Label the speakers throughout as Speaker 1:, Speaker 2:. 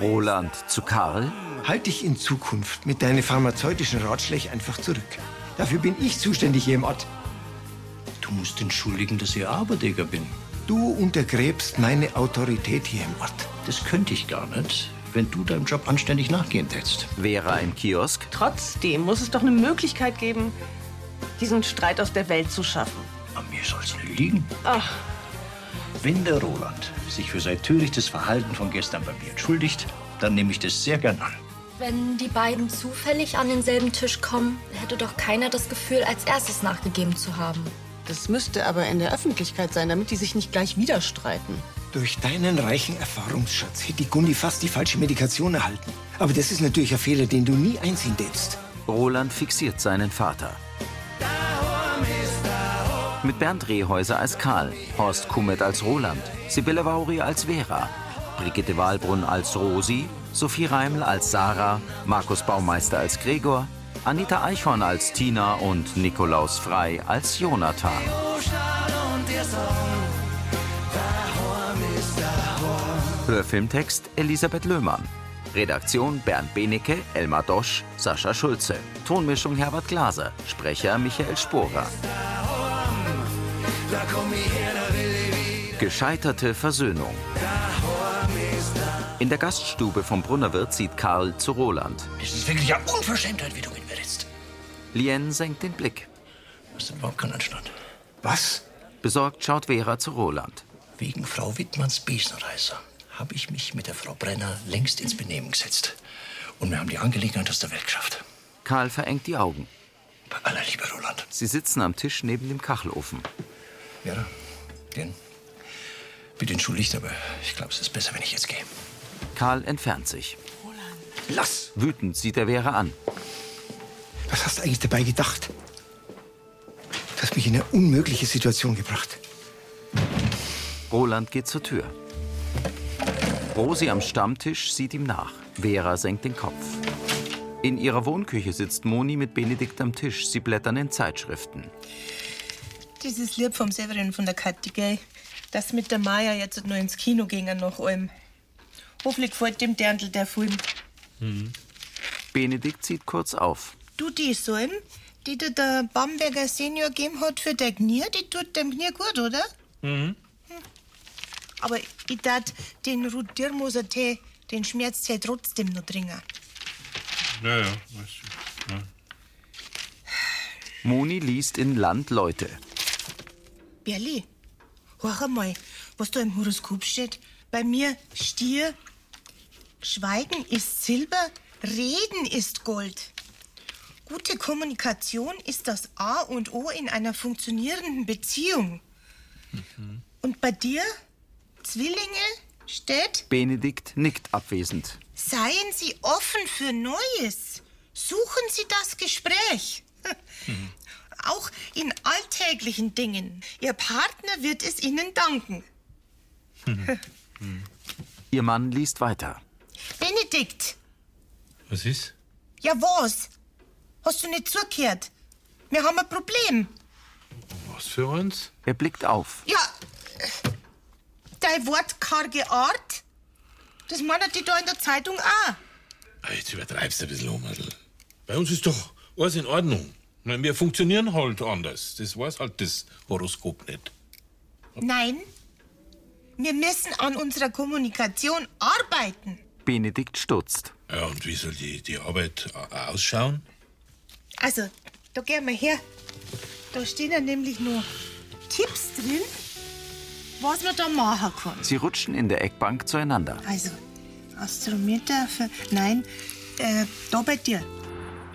Speaker 1: Roland zu Karl.
Speaker 2: Halte dich in Zukunft mit deinen pharmazeutischen Ratschlägen einfach zurück. Dafür bin ich zuständig hier im Ort.
Speaker 3: Du musst entschuldigen, dass ich Aberdeger bin.
Speaker 2: Du untergräbst meine Autorität hier im Ort.
Speaker 3: Das könnte ich gar nicht, wenn du deinem Job anständig nachgehen tätst.
Speaker 1: Vera im Kiosk.
Speaker 4: Trotzdem muss es doch eine Möglichkeit geben, diesen Streit aus der Welt zu schaffen.
Speaker 3: An mir soll's nicht liegen.
Speaker 4: Ach,
Speaker 3: Wenn der Roland sich für sein törichtes Verhalten von gestern bei mir entschuldigt, dann nehme ich das sehr gern an.
Speaker 5: Wenn die beiden zufällig an denselben Tisch kommen, hätte doch keiner das Gefühl, als erstes nachgegeben zu haben.
Speaker 6: Das müsste aber in der Öffentlichkeit sein, damit die sich nicht gleich wieder streiten.
Speaker 2: Durch deinen reichen Erfahrungsschatz hätte die Gundi fast die falsche Medikation erhalten. Aber das ist natürlich ein Fehler, den du nie einsehen darfst.
Speaker 1: Roland fixiert seinen Vater. Mit Bernd Rehäuser als Karl, Horst Kummet als Roland, Sibylle Vauri als Vera, Brigitte Wahlbrunn als Rosi, Sophie Reiml als Sarah, Markus Baumeister als Gregor, Anita Eichhorn als Tina und Nikolaus Frei als Jonathan. Hörfilmtext Elisabeth Löhmann. Redaktion Bernd Benecke, Elmar Dosch, Sascha Schulze. Tonmischung Herbert Glaser. Sprecher Michael Sporer. Gescheiterte Versöhnung. In der Gaststube vom Brunnerwirt sieht Karl zu Roland.
Speaker 3: Es ist wirklich eine Unverschämtheit, wie du ihn berätst.
Speaker 1: Lien senkt den Blick.
Speaker 3: Das ist überhaupt kein Anstand.
Speaker 2: Was?
Speaker 1: Besorgt schaut Vera zu Roland.
Speaker 3: Wegen Frau Wittmanns Besenreißer habe ich mich mit der Frau Brenner längst ins Benehmen gesetzt. Und wir haben die Angelegenheit aus der Welt geschafft.
Speaker 1: Karl verengt die Augen.
Speaker 3: Bei aller Liebe, Roland.
Speaker 1: Sie sitzen am Tisch neben dem Kachelofen.
Speaker 3: Vera, den. Bitte entschuldigt, aber ich glaube, es ist besser, wenn ich jetzt gehe.
Speaker 1: Karl entfernt sich.
Speaker 2: Lass!
Speaker 1: Wütend sieht er Vera an.
Speaker 2: Was hast du eigentlich dabei gedacht? Du hast mich in eine unmögliche Situation gebracht.
Speaker 1: Roland geht zur Tür. Rosi am Stammtisch sieht ihm nach. Vera senkt den Kopf. In ihrer Wohnküche sitzt Moni mit Benedikt am Tisch. Sie blättern in Zeitschriften.
Speaker 7: Dieses Lied vom Severin von der Kathi, gell? Das mit der Maya jetzt nur ins Kino gingen nach allem. Hoffentlich gefällt dem Dirndl der Film.
Speaker 1: Benedikt zieht kurz auf.
Speaker 7: Du, die Salm, die dir der Bamberger Senior gegeben hat für dein Knie, die tut dem Knie gut, oder? Mhm. Aber ich tat den Rudirmoser Tee, den Schmerztee trotzdem noch trinken.
Speaker 8: Ja, ja, weiß ich. Ja.
Speaker 1: Moni liest in Land Leute.
Speaker 7: Berli, hör einmal, was da im Horoskop steht. Bei mir Stier, Schweigen ist Silber, Reden ist Gold. Gute Kommunikation ist das A und O in einer funktionierenden Beziehung. Und bei dir, Zwillinge, steht,
Speaker 1: Benedikt nickt abwesend.
Speaker 7: seien Sie offen für Neues. Suchen Sie das Gespräch. Auch in alltäglichen Dingen. Ihr Partner wird es Ihnen danken.
Speaker 1: Ihr Mann liest weiter.
Speaker 7: Benedikt,
Speaker 8: Was ist?
Speaker 7: ja was? Hast du nicht zugehört? Wir haben ein Problem.
Speaker 8: Was für uns?
Speaker 1: Er blickt auf.
Speaker 7: Ja, äh, dein wortkarge Art, das meinen die da in der Zeitung auch.
Speaker 8: Ah, Jetzt übertreibst du ein bisschen, Omadl. Bei uns ist doch alles in Ordnung. Ich meine, Wir funktionieren halt anders. Das weiß halt das Horoskop nicht.
Speaker 7: Nein, wir müssen an unserer Kommunikation arbeiten.
Speaker 1: Benedikt stutzt.
Speaker 8: Ja, und wie soll die, die Arbeit a- ausschauen?
Speaker 7: Also, da gehen wir her. Da stehen ja nämlich nur Tipps drin, was man da machen kann.
Speaker 1: Sie rutschen in der Eckbank zueinander.
Speaker 7: Also, Astrometer für. Nein, äh, da bei dir.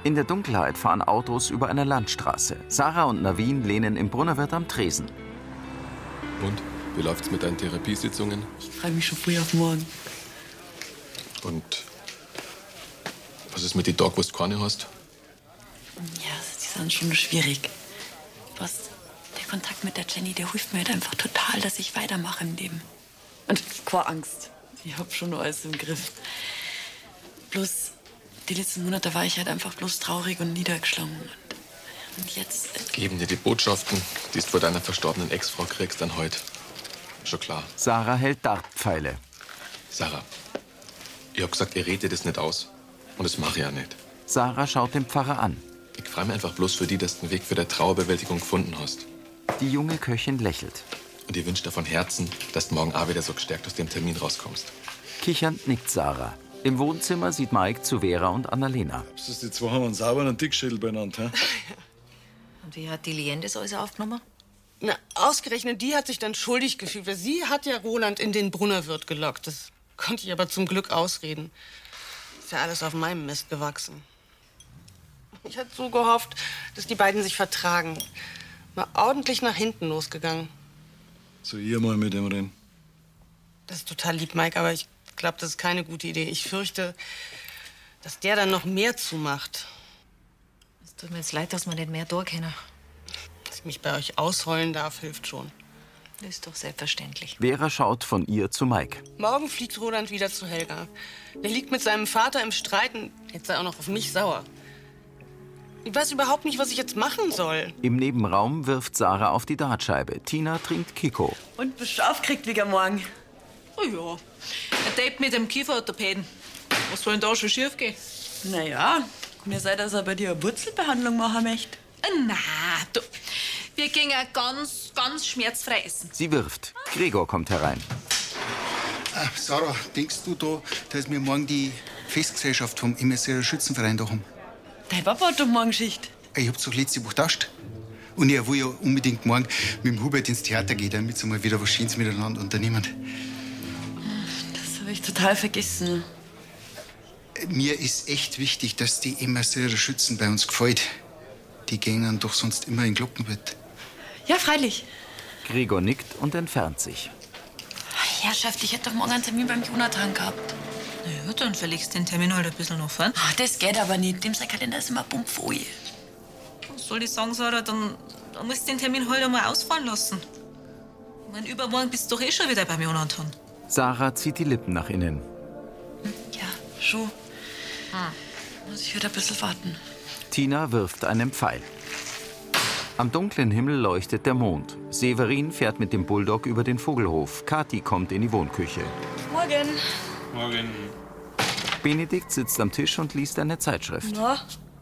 Speaker 1: In der Dunkelheit fahren Autos über eine Landstraße. Sarah und Navin lehnen im Brunnerwirt am Tresen.
Speaker 9: Und wie läuft's mit deinen Therapiesitzungen?
Speaker 10: Ich freue mich schon früh auf morgen.
Speaker 9: Und was ist mit den Tagen, wo du keine hast?
Speaker 10: Ja, die sind schon schwierig. Was, der Kontakt mit der Jenny, der hilft mir halt einfach total, dass ich weitermache im Leben. Und keine Angst. Ich hab schon alles im Griff. Bloß, die letzten Monate war ich halt einfach bloß traurig und niedergeschlagen. Und, und jetzt, äh,
Speaker 9: Geben dir die Botschaften, die du von deiner verstorbenen Ex-Frau kriegst, dann heute. Schon klar.
Speaker 1: Sarah hält Dartpfeile.
Speaker 9: Sarah, Ich hab gesagt, ihr redet das nicht aus. Und das mache ich auch nicht.
Speaker 1: Sarah schaut den Pfarrer an.
Speaker 9: Ich freue mich einfach bloß für die, dass du einen Weg für die Trauerbewältigung gefunden hast.
Speaker 1: Die junge Köchin lächelt.
Speaker 9: Und ich wünsche dir von Herzen, dass du morgen auch wieder so gestärkt aus dem Termin rauskommst.
Speaker 1: Kichernd nickt Sarah. Im Wohnzimmer sieht Mike zu Vera und Annalena.
Speaker 11: Ist die zwei haben einen sauberen und dickschädel beieinander. hä?
Speaker 12: Und wie hat die Lien das alles aufgenommen?
Speaker 6: Na, ausgerechnet, die hat sich dann schuldig gefühlt, weil sie hat ja Roland in den Brunnerwirt gelockt. Das konnte ich aber zum Glück ausreden. Ist ja alles auf meinem Mist gewachsen. Ich hatte so gehofft, dass die beiden sich vertragen. Mal ordentlich nach hinten losgegangen.
Speaker 11: So ihr mal mit dem reden.
Speaker 6: Das ist total lieb, Mike, aber ich glaube, das ist keine gute Idee. Ich fürchte, dass der dann noch mehr zumacht.
Speaker 12: Es tut mir jetzt leid, dass wir nicht mehr durchkennen.
Speaker 6: Dass ich mich bei euch ausheulen darf, hilft schon.
Speaker 12: Das ist doch selbstverständlich.
Speaker 1: Vera schaut von ihr zu Mike.
Speaker 6: Morgen fliegt Roland wieder zu Helga. Der liegt mit seinem Vater im Streit und jetzt sei auch noch auf mich sauer. Ich weiß überhaupt nicht, was ich jetzt machen soll.
Speaker 1: Im Nebenraum wirft Sarah auf die Dartscheibe. Tina trinkt Kiko.
Speaker 13: Und bist du aufgeregt wegen morgen? Oh ja.
Speaker 12: Ein Date mit dem Kieferorthopäden.
Speaker 13: Was soll denn da schon schief gehen? Naja, mir sei, dass er bei dir eine Wurzelbehandlung machen möchte.
Speaker 12: Äh, Na, du. Wir gingen ganz, ganz schmerzfrei essen.
Speaker 1: Sie wirft. Gregor kommt herein.
Speaker 14: Ah, Sarah, denkst du da, dass wir morgen die Festgesellschaft vom MSR Schützenverein da haben?
Speaker 13: Dein Papa hat doch morgen Schicht.
Speaker 14: Ich hab's doch letzte Woche gedacht. Und er will ja unbedingt morgen mit dem Hubert ins Theater gehen, damit sie mal wieder was Schönes miteinander unternehmen.
Speaker 13: Das habe ich total vergessen.
Speaker 14: Mir ist echt wichtig, dass die MSR Schützen bei uns gefällt. Die gängen doch sonst immer in Glockenbett.
Speaker 13: Ja, freilich.
Speaker 1: Gregor nickt und entfernt sich.
Speaker 10: Ach, Herrschaft, ich hätte doch morgen einen Termin beim Jonathan gehabt.
Speaker 12: Na ja, dann verlegst den Termin halt ein bisschen noch fern.
Speaker 10: Ach, das geht aber nicht. Dem sein Kalender ist immer bumpfui.
Speaker 12: Was soll ich sagen, Sarah? Dann, dann musst du den Termin halt einmal ausfallen lassen. Ich mein, übermorgen bist du doch eh schon wieder beim Jonathan.
Speaker 1: Sarah zieht die Lippen nach innen.
Speaker 10: Schon.
Speaker 12: Ah.
Speaker 10: Muss ich wieder ein bisschen warten.
Speaker 1: Tina wirft einen Pfeil. Am dunklen Himmel leuchtet der Mond. Severin fährt mit dem Bulldog über den Vogelhof. Kathi kommt in die Wohnküche.
Speaker 10: Morgen.
Speaker 8: Morgen.
Speaker 1: Benedikt sitzt am Tisch und liest eine Zeitschrift.
Speaker 15: Na,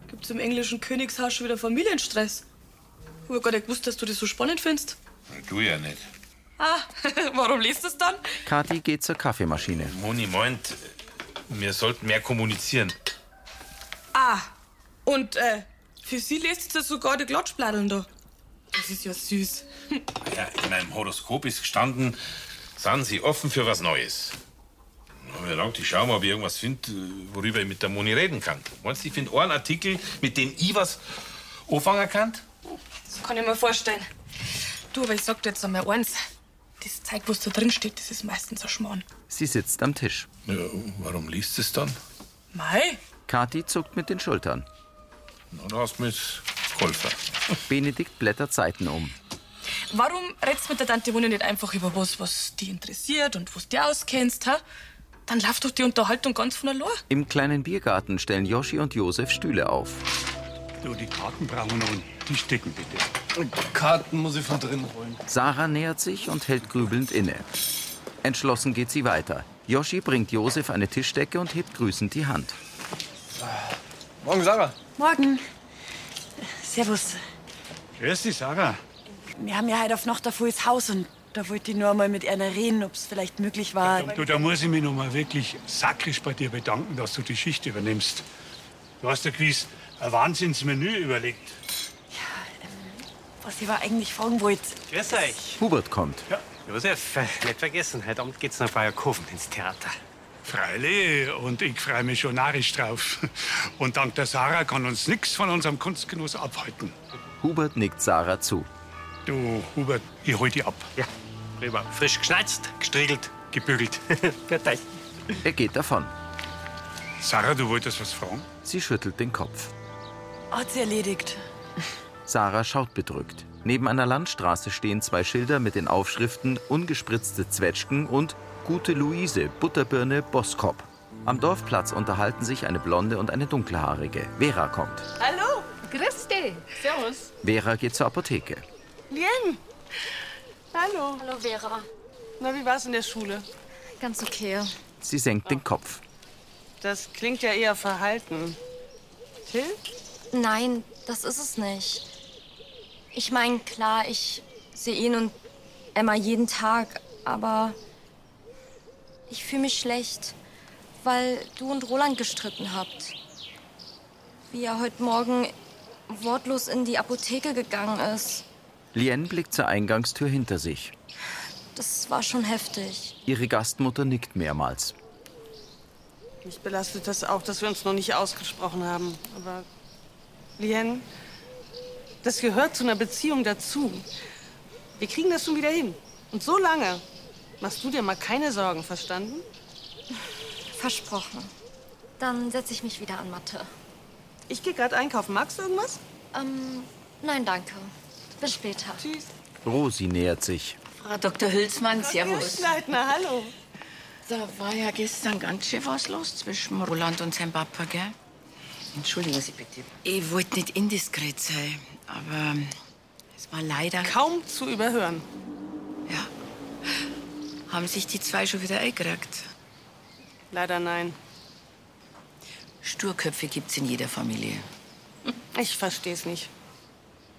Speaker 15: gibt's im englischen Königshaus schon wieder Familienstress? Ich hab gar nicht gewusst, dass du das so spannend findest.
Speaker 8: Du ja nicht.
Speaker 15: Ah, warum liest du es dann?
Speaker 1: Kathi geht zur Kaffeemaschine.
Speaker 8: Moni meint, wir sollten mehr kommunizieren.
Speaker 15: Ah, und äh, für sie lest jetzt das sogar die Glotschbladeln da. Das ist ja süß.
Speaker 8: Ja, in meinem Horoskop ist gestanden, seien Sie offen für was Neues. Dann hab ich gedacht, ich schau mal, ob ich irgendwas finde, worüber ich mit der Moni reden kann. Meinst du, ich finde einen Artikel, mit dem ich was anfangen kann?
Speaker 15: Das kann ich mir vorstellen. Du, aber ich sag dir jetzt einmal eins. Das Zeug, was da drin steht, das ist meistens ein Schmarrn.
Speaker 1: Sie sitzt am Tisch.
Speaker 8: Ja, warum liest es dann?
Speaker 15: Mei?
Speaker 1: Kathi zuckt mit den Schultern.
Speaker 8: Na, du hast mit Kolfer.
Speaker 1: Benedikt blättert Seiten um.
Speaker 15: Warum redst mit der Tante Wunde nicht einfach über was, was die interessiert und was die auskennst, ha? Dann läuft doch die Unterhaltung ganz von allein.
Speaker 1: Im kleinen Biergarten stellen Joschi und Josef Stühle auf.
Speaker 16: Du, die Karten brauchen wir noch nicht. Die stecken bitte.
Speaker 1: Karten muss ich von drin holen. Sarah nähert sich und hält grübelnd inne. Entschlossen geht sie weiter. Joschi bringt Josef eine Tischdecke und hebt grüßend die Hand.
Speaker 16: Morgen, Sarah.
Speaker 10: Morgen. Servus.
Speaker 16: Grüß dich, Sarah.
Speaker 10: Wir haben ja heute auf Nacht ein volles Haus und da wollte ich nur mal mit einer reden, ob es vielleicht möglich war.
Speaker 16: Du, da muss ich mich noch mal wirklich sakrisch bei dir bedanken, dass du die Schicht übernimmst. Du hast ja gewiss ein Wahnsinnsmenü überlegt.
Speaker 10: Was ich aber eigentlich fragen wollte.
Speaker 17: Grüß euch.
Speaker 1: Hubert kommt.
Speaker 17: Josef, nicht vergessen, heute Abend geht's nach Bayerkofen ins Theater.
Speaker 16: Freilich, und ich freue mich schon narrisch drauf. Und dank der Sarah kann uns nichts von unserem Kunstgenuss abhalten.
Speaker 1: Hubert nickt Sarah zu.
Speaker 16: Du, Hubert, ich hol die ab.
Speaker 17: Ja, rüber. Frisch geschnitzt, gestriegelt, gebügelt. Gut euch.
Speaker 1: Er geht davon.
Speaker 16: Sarah, du wolltest was fragen?
Speaker 1: Sie schüttelt den Kopf.
Speaker 10: Hat sie erledigt.
Speaker 1: Sarah schaut bedrückt. Neben einer Landstraße stehen zwei Schilder mit den Aufschriften Ungespritzte Zwetschgen und Gute Luise, Butterbirne, Boskop. Am Dorfplatz unterhalten sich eine blonde und eine dunkelhaarige. Vera kommt.
Speaker 4: Hallo, grüß dich. Servus.
Speaker 1: Vera geht zur Apotheke.
Speaker 4: Lien. Hallo.
Speaker 5: Hallo Vera.
Speaker 4: Na, wie war's in der Schule?
Speaker 5: Ganz okay.
Speaker 1: Sie senkt den Kopf.
Speaker 6: Das klingt ja eher verhalten. Till?
Speaker 5: Nein, das ist es nicht. Ich meine, klar, ich sehe ihn und Emma jeden Tag, aber ich fühle mich schlecht, weil du und Roland gestritten habt. Wie er heute Morgen wortlos in die Apotheke gegangen ist.
Speaker 1: Lien blickt zur Eingangstür hinter sich.
Speaker 5: Das war schon heftig.
Speaker 1: Ihre Gastmutter nickt mehrmals.
Speaker 6: Mich belastet das auch, dass wir uns noch nicht ausgesprochen haben. Aber, Lien, das gehört zu einer Beziehung dazu. Wir kriegen das schon wieder hin. Und so lange machst du dir mal keine Sorgen, verstanden?
Speaker 5: Versprochen. Dann setze ich mich wieder an Mathe.
Speaker 6: Ich gehe gerade einkaufen. Magst du irgendwas?
Speaker 5: Ähm, nein, danke. Bis später. Tschüss.
Speaker 1: Rosi nähert sich.
Speaker 10: Frau Dr. Hülsmann, Servus.
Speaker 6: Schleitner, hallo.
Speaker 10: Da war ja gestern ganz schön was los zwischen Roland und seinem Papa, gell?
Speaker 18: Entschuldigen Sie bitte.
Speaker 10: Ich wollte nicht indiskret sein, aber ähm, es war leider.
Speaker 6: Kaum zu überhören.
Speaker 10: Ja. Haben sich die zwei schon wieder eingekriegt?
Speaker 6: Leider nein.
Speaker 10: Sturköpfe gibt's in jeder Familie.
Speaker 6: Ich verstehe es nicht.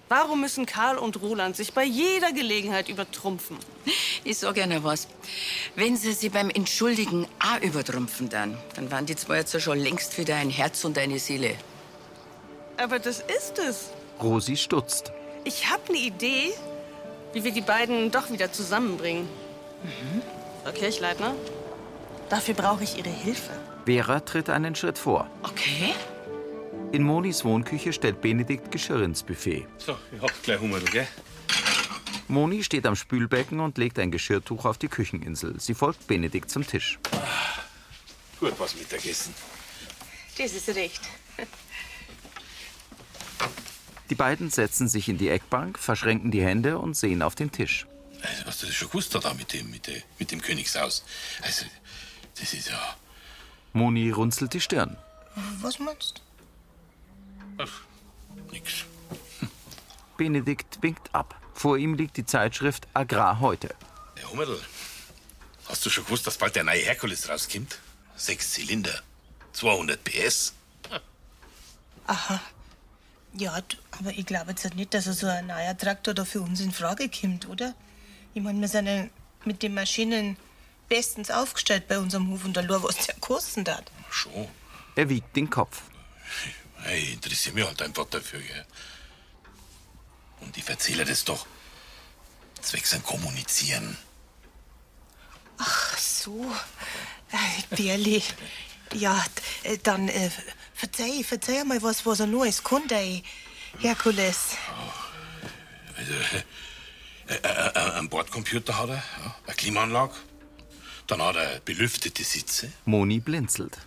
Speaker 6: Warum müssen Karl und Roland sich bei jeder Gelegenheit übertrumpfen?
Speaker 10: Ich sag gerne was. Wenn sie sie beim Entschuldigen auch übertrumpfen, dann, dann waren die zwei jetzt ja schon längst wieder ein Herz und eine Seele.
Speaker 6: Aber das ist es.
Speaker 1: Rosi stutzt.
Speaker 6: Ich habe eine Idee, wie wir die beiden doch wieder zusammenbringen. Frau Kirchleitner, dafür brauche ich Ihre Hilfe.
Speaker 1: Vera tritt einen Schritt vor.
Speaker 10: Okay.
Speaker 1: In Monis Wohnküche stellt Benedikt Geschirr ins Buffet.
Speaker 8: So, ich hab gleich Hunger, du, gell?
Speaker 1: Moni steht am Spülbecken und legt ein Geschirrtuch auf die Kücheninsel. Sie folgt Benedikt zum Tisch.
Speaker 8: Gut, was Mittagessen.
Speaker 18: Das ist recht.
Speaker 1: Die beiden setzen sich in die Eckbank, verschränken die Hände und sehen auf den Tisch.
Speaker 8: Also, was du das schon gewusst hast, da mit dem, mit, dem, mit dem Königshaus. Also, das ist ja.
Speaker 1: Moni runzelt die Stirn.
Speaker 7: Was meinst
Speaker 8: Nix.
Speaker 1: Benedikt winkt ab. Vor ihm liegt die Zeitschrift Agrar heute.
Speaker 8: Herr Hummerl, hast du schon gewusst, dass bald der neue Herkules rauskommt? Sechs Zylinder, 200 PS.
Speaker 7: Aha. Ja, d- aber ich glaube jetzt nicht, dass so ein neuer Traktor da für uns in Frage kommt, oder? Ich meine, wir sind ja mit den Maschinen bestens aufgestellt bei unserem Hof und da nur was der kosten hat.
Speaker 8: Schon.
Speaker 1: Er wiegt den Kopf.
Speaker 8: Hey, ich interessiere mich halt einfach dafür, gell? Und ich erzähle das doch. Zwecks an Kommunizieren.
Speaker 7: Ach so. Äh, Bärli. Ja, d- äh, dann äh, verzeih, verzeih mal was, was er Neues konnte, ey. Herkules.
Speaker 8: Also, äh, äh, äh, einen Bordcomputer hat er, ja, eine Klimaanlage. Dann hat er belüftete Sitze,
Speaker 1: Moni blinzelt.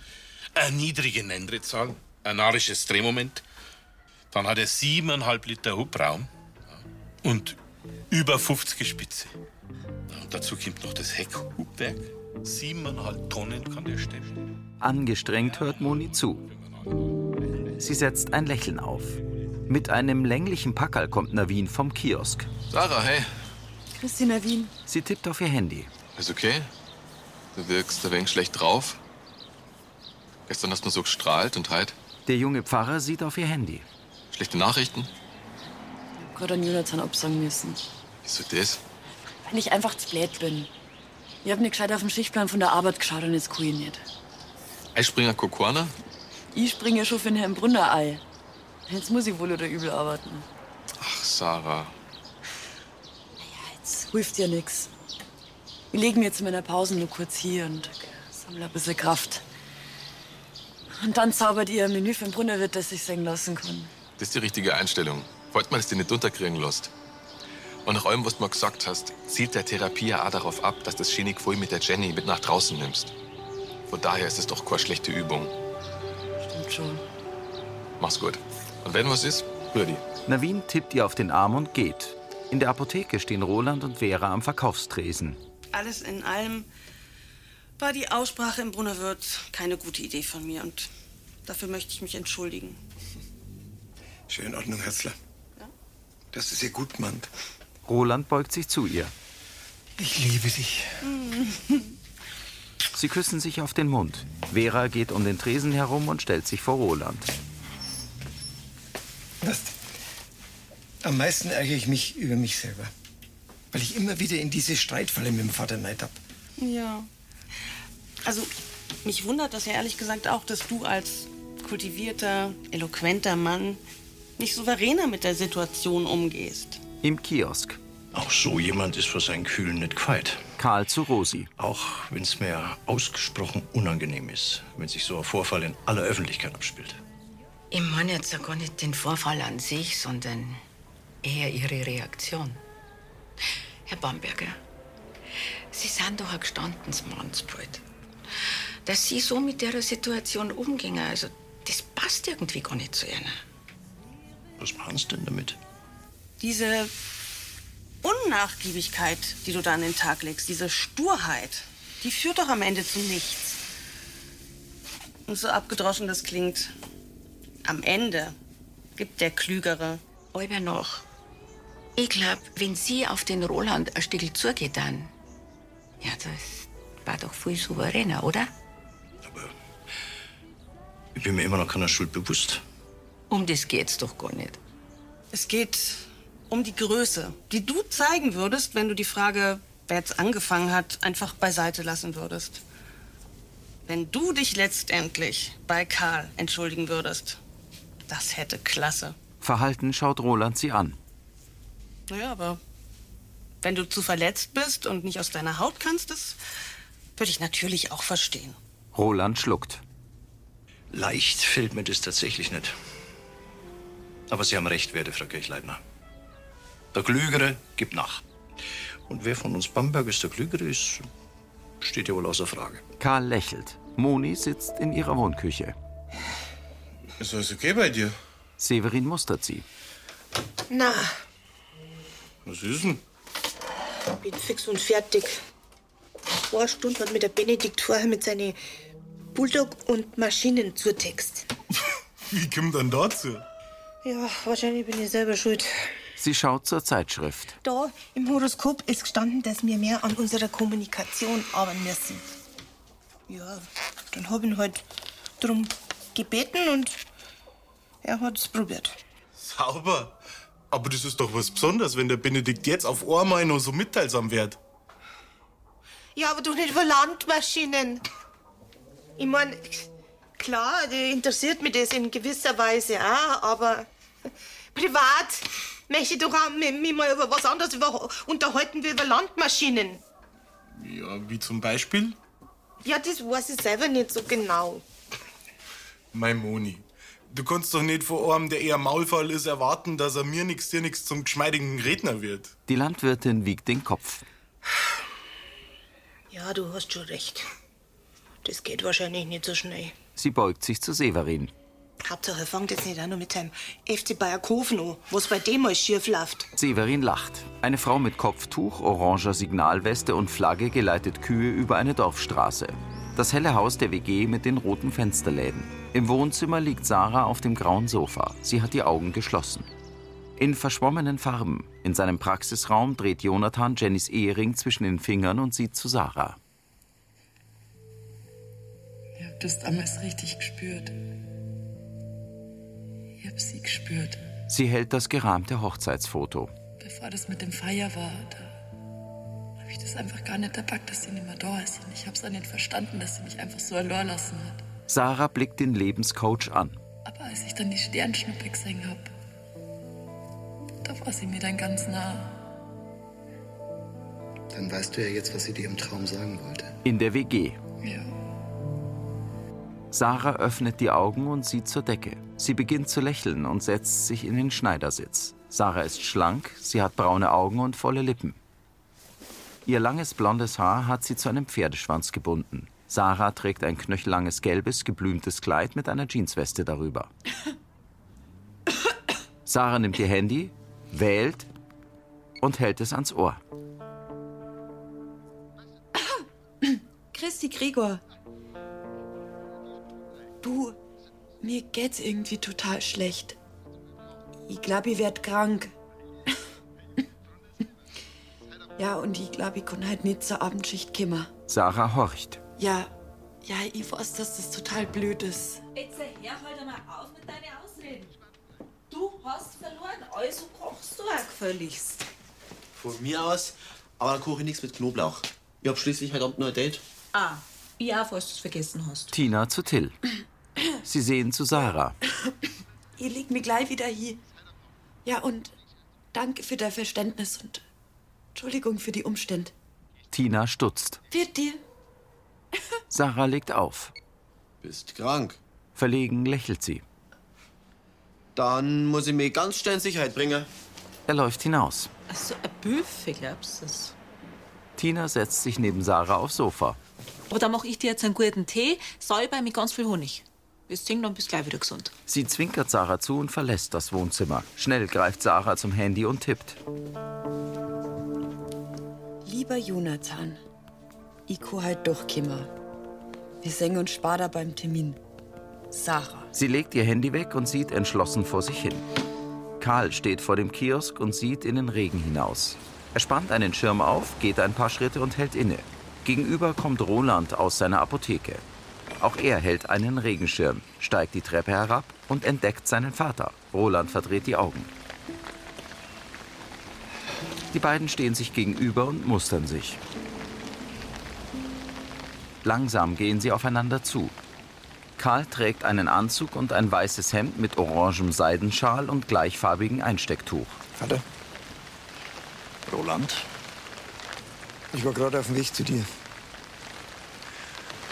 Speaker 8: eine niedrige Nennritzahl, ein narisches Drehmoment. Dann hat er siebeneinhalb Liter Hubraum ja, und über 50 Spitze. Ja, Und dazu kommt noch das Heckhubwerk. Siebeneinhalb Tonnen kann der stemmen.
Speaker 1: Angestrengt hört Moni zu. Sie setzt ein Lächeln auf. Mit einem länglichen Packerl kommt Navin vom Kiosk.
Speaker 9: Sarah, hey.
Speaker 10: Christina Wien.
Speaker 1: Sie tippt auf ihr Handy.
Speaker 9: Ist okay? Du wirkst ein wenig schlecht drauf. Gestern hast du so gestrahlt und heute
Speaker 1: Der junge Pfarrer sieht auf ihr Handy.
Speaker 9: schlechte Nachrichten.
Speaker 10: Gott und Jonathan absagen müssen.
Speaker 9: Wieso das?
Speaker 10: Weil ich einfach zu blöd bin. Ich hab nicht gescheit auf den Schichtplan von der Arbeit geschaut und jetzt kann ich nicht.
Speaker 9: Eispringer Kokwana?
Speaker 10: Ich springe ja schon für den Herrn Brunner Ei. Jetzt muss ich wohl oder übel arbeiten.
Speaker 9: Ach, Sarah.
Speaker 10: Jetzt hilft ja nix. Ich lege mir jetzt in meiner Pause nur kurz hier und sammle ein bisschen Kraft. Und dann zaubert ihr ein Menü für den Brunnerwirt, das ich singen lassen kann.
Speaker 9: Das ist die richtige Einstellung. Wollt man, dass du nicht unterkriegen lässt. Und nach allem, was du mir gesagt hast, zielt der Therapie ja auch darauf ab, dass das Schiene Gefühl mit der Jenny mit nach draußen nimmst. Von daher ist es doch keine schlechte Übung.
Speaker 10: Stimmt schon.
Speaker 9: Mach's gut. Und wenn was ist, rühr die.
Speaker 1: Navin tippt ihr auf den Arm und geht. In der Apotheke stehen Roland und Vera am Verkaufstresen.
Speaker 6: Alles in allem war die Aussprache im Brunnerwirt keine gute Idee von mir und dafür möchte ich mich entschuldigen.
Speaker 2: Schön in Ordnung, Herzler. Das ist sehr gut gemeint.
Speaker 1: Roland beugt sich zu ihr.
Speaker 2: Ich liebe dich.
Speaker 1: Sie küssen sich auf den Mund. Vera geht um den Tresen herum und stellt sich vor Roland.
Speaker 2: Weißt, am meisten ärgere ich mich über mich selber. Weil ich immer wieder in diese Streitfalle mit dem Vater neid hab.
Speaker 6: Ja. Also, mich wundert das ja ehrlich gesagt auch, dass du als kultivierter, eloquenter Mann nicht souveräner mit der Situation umgehst.
Speaker 1: Im Kiosk.
Speaker 3: Auch so jemand ist für sein Kühlen nicht gefeit.
Speaker 1: Karl zu Rosi.
Speaker 3: Auch wenn es mir ausgesprochen unangenehm ist, wenn sich so ein Vorfall in aller Öffentlichkeit abspielt.
Speaker 18: Ich meine jetzt ja gar nicht den Vorfall an sich, sondern eher Ihre Reaktion. Herr Bamberger, Sie sind doch ein gestandenes Mannsbild. Dass Sie so mit der Situation umgehen, also das passt irgendwie gar nicht zu Ihnen.
Speaker 3: Was meinst du denn damit?
Speaker 6: Diese Unnachgiebigkeit, die du da an den Tag legst, diese Sturheit, die führt doch am Ende zu nichts. Und so abgedroschen das klingt, am Ende gibt der Klügere.
Speaker 18: Aber noch. Ich glaub, wenn Sie auf den Roland ein Stück zugeht, dann. Ja, das war doch viel souveräner, oder?
Speaker 3: Ich bin mir immer noch keiner Schuld bewusst.
Speaker 18: Um das geht's doch gar nicht.
Speaker 6: Es geht um die Größe, die du zeigen würdest, wenn du die Frage, wer jetzt angefangen hat, einfach beiseite lassen würdest. Wenn du dich letztendlich bei Karl entschuldigen würdest, das hätte Klasse.
Speaker 1: Verhalten schaut Roland sie an.
Speaker 6: Naja, aber wenn du zu verletzt bist und nicht aus deiner Haut kannst, das würde ich natürlich auch verstehen.
Speaker 1: Roland schluckt.
Speaker 3: Leicht fällt mir das tatsächlich nicht. Aber Sie haben recht, werte Frau Kirchleitner. Der Klügere gibt nach. Und wer von uns Bamberg ist der Klügere ist, steht ja wohl außer Frage.
Speaker 1: Karl lächelt. Moni sitzt in ihrer Wohnküche.
Speaker 8: Ist alles okay bei dir?
Speaker 1: Severin mustert sie.
Speaker 7: Na,
Speaker 8: Was ist denn?
Speaker 7: bin fix und fertig. Vor einer Stunde hat mir der Benedikt vorher mit seinen Bulldog und Maschinen zutext.
Speaker 1: Wie kommt dann dazu?
Speaker 7: Ja, wahrscheinlich bin ich selber schuld.
Speaker 1: Sie schaut zur Zeitschrift.
Speaker 7: Da im Horoskop ist gestanden, dass wir mehr an unserer Kommunikation arbeiten müssen. Ja, dann hab ihn halt drum gebeten und er hat es probiert.
Speaker 19: Sauber. Aber das ist doch was Besonderes, wenn der Benedikt jetzt auf einmal noch so mitteilsam wird.
Speaker 7: Ja, aber doch nicht für Landmaschinen. Ich mein, klar, die interessiert mich das in gewisser Weise auch, aber privat möchte ich doch auch mi- mich mal über was anderes über, unterhalten wie über Landmaschinen.
Speaker 19: Ja, wie zum Beispiel
Speaker 7: Ja, das weiß ich selber nicht so genau.
Speaker 19: mein Moni. Du kannst doch nicht von einem, der eher Maulfall ist, erwarten, dass er mir nix, dir nix zum geschmeidigen Redner wird.
Speaker 1: Die Landwirtin wiegt den Kopf.
Speaker 7: Ja, du hast schon recht. Das geht wahrscheinlich nicht so schnell.
Speaker 1: Sie beugt sich zu Severin.
Speaker 7: Hauptsache, fangt jetzt nicht auch noch mit dem FC Bayerkofen an, was bei dem mal schief läuft.
Speaker 1: Severin lacht. Eine Frau mit Kopftuch, oranger Signalweste und Flagge geleitet Kühe über eine Dorfstraße. Das helle Haus der WG mit den roten Fensterläden. Im Wohnzimmer liegt Sarah auf dem grauen Sofa. Sie hat die Augen geschlossen. In verschwommenen Farben. In seinem Praxisraum dreht Jonathan Jennys Ehering zwischen den Fingern und sieht zu Sarah.
Speaker 13: Ihr habt das damals richtig gespürt. Ich hab sie gespürt.
Speaker 1: Sie hält das gerahmte Hochzeitsfoto.
Speaker 13: Bevor das mit dem Feier war, da habe ich das einfach gar nicht erpackt, dass sie nicht mehr da ist. Und ich hab's auch nicht verstanden, dass sie mich einfach so allein lassen hat.
Speaker 1: Sarah blickt den Lebenscoach an.
Speaker 13: Aber als ich dann die Sternschnuppe gesehen hab, da war sie mir dann ganz nah.
Speaker 20: Dann weißt du ja jetzt, was sie dir im Traum sagen wollte.
Speaker 1: In der WG.
Speaker 13: Ja.
Speaker 1: Sarah öffnet die Augen und sieht zur Decke. Sie beginnt zu lächeln und setzt sich in den Schneidersitz. Sarah ist schlank, sie hat braune Augen und volle Lippen. Ihr langes blondes Haar hat sie zu einem Pferdeschwanz gebunden. Sarah trägt ein knöchellanges gelbes, geblümtes Kleid mit einer Jeansweste darüber. Sarah nimmt ihr Handy, wählt und hält es ans Ohr.
Speaker 10: Christi Gregor. Du, mir geht's irgendwie total schlecht. Ich glaube, ich werd krank. ja, und ich glaube, ich kann halt nicht zur Abendschicht kommen.
Speaker 1: Sarah horcht.
Speaker 10: Ja, ja, ich weiß, dass das total blöd ist.
Speaker 12: Jetzt hör halt mal auf mit deinen Ausreden. Du hast verloren, also kochst du auch gefälligst.
Speaker 21: Von mir aus, aber da koche ich nichts mit Knoblauch. Ich hab schließlich heute Abend noch ein Date.
Speaker 12: Ah, ich auch, falls du es vergessen hast.
Speaker 1: Tina zu Till. Sie sehen zu Sarah.
Speaker 10: Ich leg mich gleich wieder hier. Ja, und danke für dein Verständnis und Entschuldigung für die Umstände.
Speaker 1: Tina stutzt.
Speaker 10: Wird dir?
Speaker 1: Sarah legt auf.
Speaker 21: Bist krank.
Speaker 1: Verlegen lächelt sie.
Speaker 21: Dann muss ich mich ganz schnell in Sicherheit bringen.
Speaker 1: Er läuft hinaus.
Speaker 12: Also, ein Büffel, glaubst du das?
Speaker 1: Tina setzt sich neben Sarah aufs Sofa.
Speaker 12: Oder mache ich dir jetzt einen guten Tee, salbei mit ganz viel Honig. Wir singen dann bist gleich wieder gesund.
Speaker 1: Sie zwinkert Sarah zu und verlässt das Wohnzimmer. Schnell greift Sarah zum Handy und tippt.
Speaker 10: Lieber Jonathan, ich kann halt durchkommen. Wir singen uns Spader beim Termin. Sarah.
Speaker 1: Sie legt ihr Handy weg und sieht entschlossen vor sich hin. Karl steht vor dem Kiosk und sieht in den Regen hinaus. Er spannt einen Schirm auf, geht ein paar Schritte und hält inne. Gegenüber kommt Roland aus seiner Apotheke. Auch er hält einen Regenschirm, steigt die Treppe herab und entdeckt seinen Vater. Roland verdreht die Augen. Die beiden stehen sich gegenüber und mustern sich. Langsam gehen sie aufeinander zu. Karl trägt einen Anzug und ein weißes Hemd mit orangem Seidenschal und gleichfarbigen Einstecktuch.
Speaker 2: Vater,
Speaker 3: Roland,
Speaker 2: ich war gerade auf dem Weg zu dir.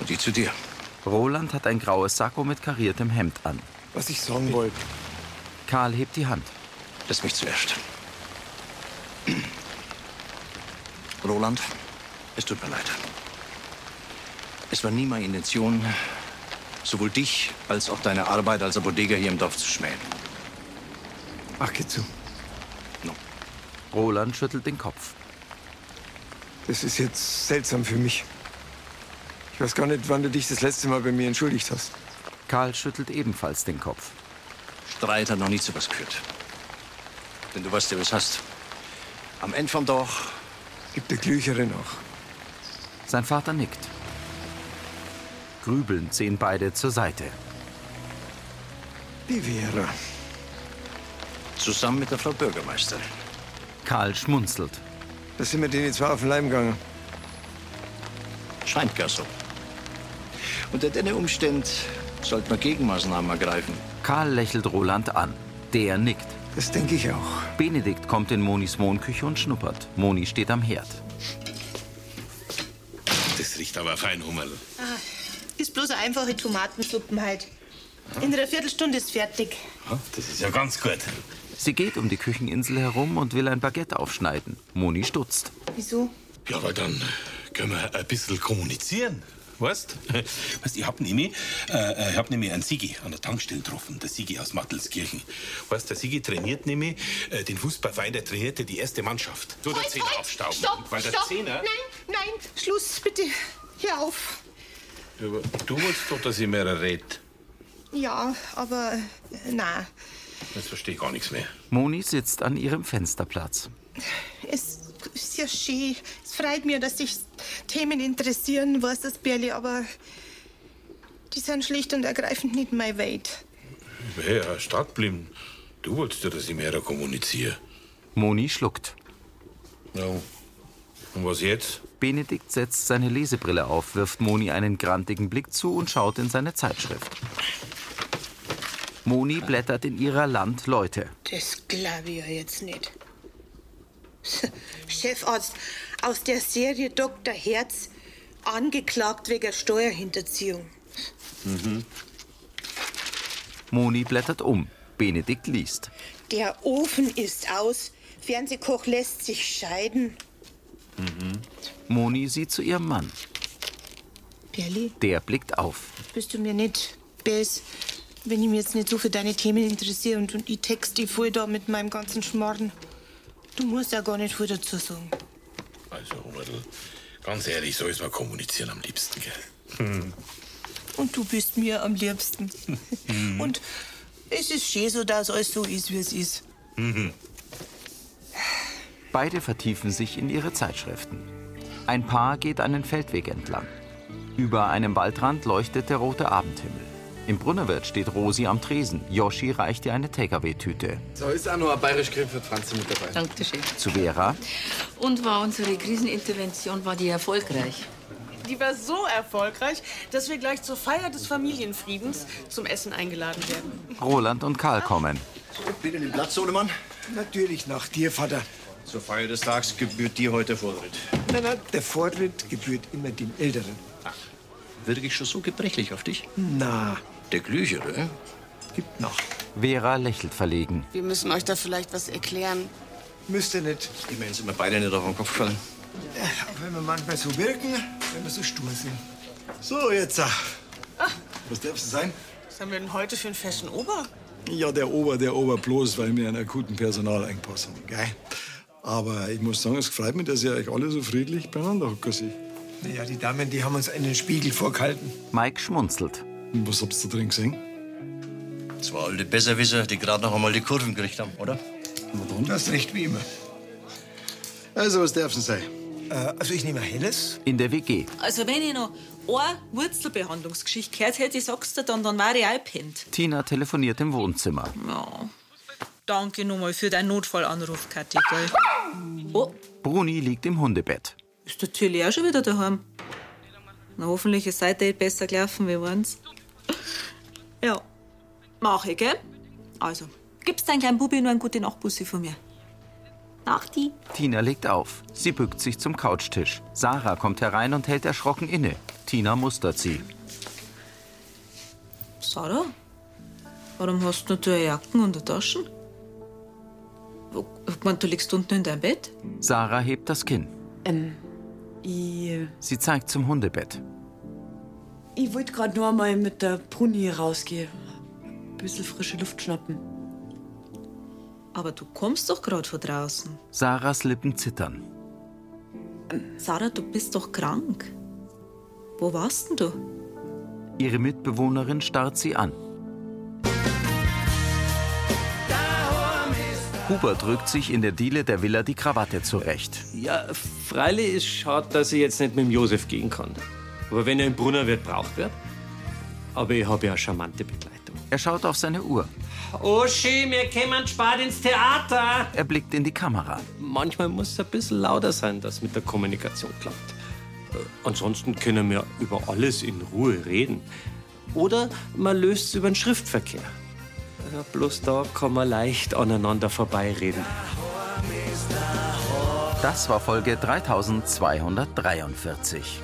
Speaker 3: und ich zu dir.
Speaker 1: Roland hat ein graues Sakko mit kariertem Hemd an.
Speaker 2: Was ich sagen wollte.
Speaker 1: Karl hebt die Hand.
Speaker 3: Lass mich zuerst. Roland, es tut mir leid. Es war nie meine Intention, sowohl dich als auch deine Arbeit als Apotheker hier im Dorf zu schmähen.
Speaker 2: Ach, geh zu.
Speaker 1: Roland schüttelt den Kopf.
Speaker 2: Das ist jetzt seltsam für mich. Ich weiß gar nicht, wann du dich das letzte Mal bei mir entschuldigt hast.
Speaker 1: Karl schüttelt ebenfalls den Kopf.
Speaker 3: Streit hat noch nie zu was geführt. Denn du weißt ja, was hast. Am Ende vom Tag
Speaker 2: gibt der Glüchere noch.
Speaker 1: Sein Vater nickt. Grübelnd sehen beide zur Seite.
Speaker 2: Die Vera.
Speaker 3: Zusammen mit der Frau Bürgermeisterin.
Speaker 1: Karl schmunzelt.
Speaker 2: Da sind wir denen zwar auf den Leim gegangen.
Speaker 3: Scheint gar so. Unter den Umständen sollte man Gegenmaßnahmen ergreifen.
Speaker 1: Karl lächelt Roland an. Der nickt.
Speaker 2: Das denke ich auch.
Speaker 1: Benedikt kommt in Monis Wohnküche und schnuppert. Moni steht am Herd.
Speaker 8: Das riecht aber fein, Hummerl.
Speaker 7: Ah, ist bloß eine einfache Tomatensuppen halt. In einer Viertelstunde ist fertig.
Speaker 8: Das ist ja ganz gut.
Speaker 1: Sie geht um die Kücheninsel herum und will ein Baguette aufschneiden. Moni stutzt.
Speaker 7: Wieso?
Speaker 8: Ja, aber dann können wir ein bisschen kommunizieren. Weißt weißt, ich hab nämlich, äh, ich hab nämlich einen Sigi an der Tankstelle getroffen, der Sigi aus Mattelskirchen. Weißt der Sigi trainiert nämlich äh, den Fußballverein, der trainierte die erste Mannschaft. So der Zehner aufstauben.
Speaker 7: Halt, Stopp,
Speaker 8: weil ne? der
Speaker 7: stopp.
Speaker 8: Zehner.
Speaker 7: Nein, nein, Schluss, bitte. Hör auf.
Speaker 8: Ja, aber Du willst doch, dass ich mehr red.
Speaker 7: Ja, aber äh, na,
Speaker 8: Jetzt verstehe ich gar nichts mehr.
Speaker 1: Moni sitzt an ihrem Fensterplatz.
Speaker 7: es ist ja schön. Es freut mich, dass dich Themen interessieren, was das Berli, aber die sind schlicht und ergreifend nicht my weight.
Speaker 8: Wer statt blieben? Du wolltest ja, dass ich mehr kommuniziere.
Speaker 1: Moni schluckt.
Speaker 8: Ja. Und was jetzt?
Speaker 1: Benedikt setzt seine Lesebrille auf, wirft Moni einen grantigen Blick zu und schaut in seine Zeitschrift. Moni blättert in ihrer Land Leute.
Speaker 7: Das glaube ich ja jetzt nicht. Chefarzt aus der Serie Dr. Herz, angeklagt wegen Steuerhinterziehung.
Speaker 8: Mhm.
Speaker 1: Moni blättert um. Benedikt liest.
Speaker 7: Der Ofen ist aus, Fernsehkoch lässt sich scheiden.
Speaker 8: Mhm.
Speaker 1: Moni sieht zu ihrem Mann.
Speaker 7: Berli,
Speaker 1: Der blickt auf.
Speaker 7: bist du mir nicht bes, wenn ich mich jetzt nicht so für deine Themen interessiere und, und ich text die voll da mit meinem ganzen Schmarrn. Du musst ja gar nicht viel dazu sagen.
Speaker 8: Also, Hummerl, ganz ehrlich, so ist man kommunizieren am liebsten, gell? Hm.
Speaker 7: Und du bist mir am liebsten. Und es ist schön so, dass alles so ist, wie es ist.
Speaker 1: Beide vertiefen sich in ihre Zeitschriften. Ein Paar geht einen Feldweg entlang. Über einem Waldrand leuchtet der rote Abendhimmel. Im Brunnerwirt steht Rosi am Tresen. Yoshi reicht ihr eine Takeaway-Tüte.
Speaker 11: So, ist auch noch ein bayerisch Grill für Franzi mit dabei.
Speaker 22: Dankeschön.
Speaker 1: Zu Vera.
Speaker 22: Und war unsere Krisenintervention, war die erfolgreich?
Speaker 6: Die war so erfolgreich, dass wir gleich zur Feier des Familienfriedens zum Essen eingeladen werden.
Speaker 1: Roland und Karl kommen.
Speaker 3: Bitte den Platz, Sohnemann.
Speaker 2: Natürlich nach dir, Vater.
Speaker 3: Zur Feier des Tags gebührt dir heute Vortritt.
Speaker 2: Nein, nein, der Vortritt gebührt immer dem Älteren.
Speaker 3: Wirklich schon so gebrechlich auf dich?
Speaker 2: Na,
Speaker 3: Der Glühchere,
Speaker 2: gibt noch.
Speaker 1: Vera lächelt verlegen.
Speaker 6: Wir müssen euch da vielleicht was erklären.
Speaker 2: Müsst ihr nicht.
Speaker 3: Immerhin sind wir beide nicht auf den Kopf gefallen.
Speaker 2: Wenn wir manchmal so wirken, wenn wir so stur sind. So,
Speaker 23: äh,
Speaker 2: jetzt.
Speaker 6: Was darfst du sein? Was haben wir denn heute für einen festen Ober?
Speaker 23: Ja, der Ober, der Ober bloß, weil wir einen akuten Personalengpass haben, gell? Aber ich muss sagen, es freut mich, dass ihr euch alle so friedlich beieinander hockt.
Speaker 2: Naja, die Damen, die haben uns einen Spiegel vorgehalten.
Speaker 1: Mike schmunzelt.
Speaker 23: Was habt ihr drin gesehen?
Speaker 3: Zwei alte Besserwisser, die gerade noch einmal die Kurven gekriegt haben, oder?
Speaker 2: Du hast recht, wie immer.
Speaker 23: Also, was darf denn sein?
Speaker 2: also, ich nehme ein helles.
Speaker 1: In der WG.
Speaker 12: Also wenn ich noch eine Wurzelbehandlungsgeschichte gehört hätte, sagst du dann, dann wäre ich auch pennt.
Speaker 1: Tina telefoniert im Wohnzimmer.
Speaker 12: Danke nochmal für deinen Notfallanruf, Kathi. Gell? Oh,
Speaker 1: Bruni liegt im Hundebett.
Speaker 12: ist der Tilly auch schon wieder daheim? Na, hoffentlich ist sein Date besser gelaufen wie meins. Ja, mach ich, gell? Also, gib's deinem kleinen Bubi nur einen guten Nachtbussi von mir. Nachti.
Speaker 1: Tina legt auf. Sie bückt sich zum Couchtisch. Sarah kommt herein und hält erschrocken inne. Tina mustert sie.
Speaker 12: Sarah, warum hast du nur Jacken und eine Taschen? Wo- Ich mein, du liegst unten in deinem Bett.
Speaker 1: Sarah hebt das Kinn.
Speaker 10: Ähm, ich,
Speaker 1: Sie zeigt zum Hundebett.
Speaker 10: äh, ich wollte gerade nur mal mit der Bruni rausgehen. Ein bisschen frische Luft schnappen.
Speaker 12: Aber du kommst doch gerade von draußen.
Speaker 1: Sarahs Lippen zittern.
Speaker 12: Sarah, du bist doch krank. Wo warst denn du?
Speaker 1: Ihre Mitbewohnerin starrt sie an. Hubert drückt sich in der Diele der Villa die Krawatte zurecht.
Speaker 24: Ja, freilich ist schade, dass ich jetzt nicht mit dem Josef gehen kann. Aber wenn er im Brunner wird, braucht wird. Aber ich habe ja eine charmante Begleitung.
Speaker 1: Er schaut auf seine Uhr.
Speaker 24: Oschi, wir kämen spät ins Theater.
Speaker 1: Er blickt in die Kamera.
Speaker 24: Manchmal muss es ein bisschen lauter sein, dass mit der Kommunikation klappt. Äh, Ansonsten können wir über alles in Ruhe reden. Oder man löst es über den Schriftverkehr. Ja, bloß da kann man leicht aneinander vorbeireden.
Speaker 1: Das war Folge 3243.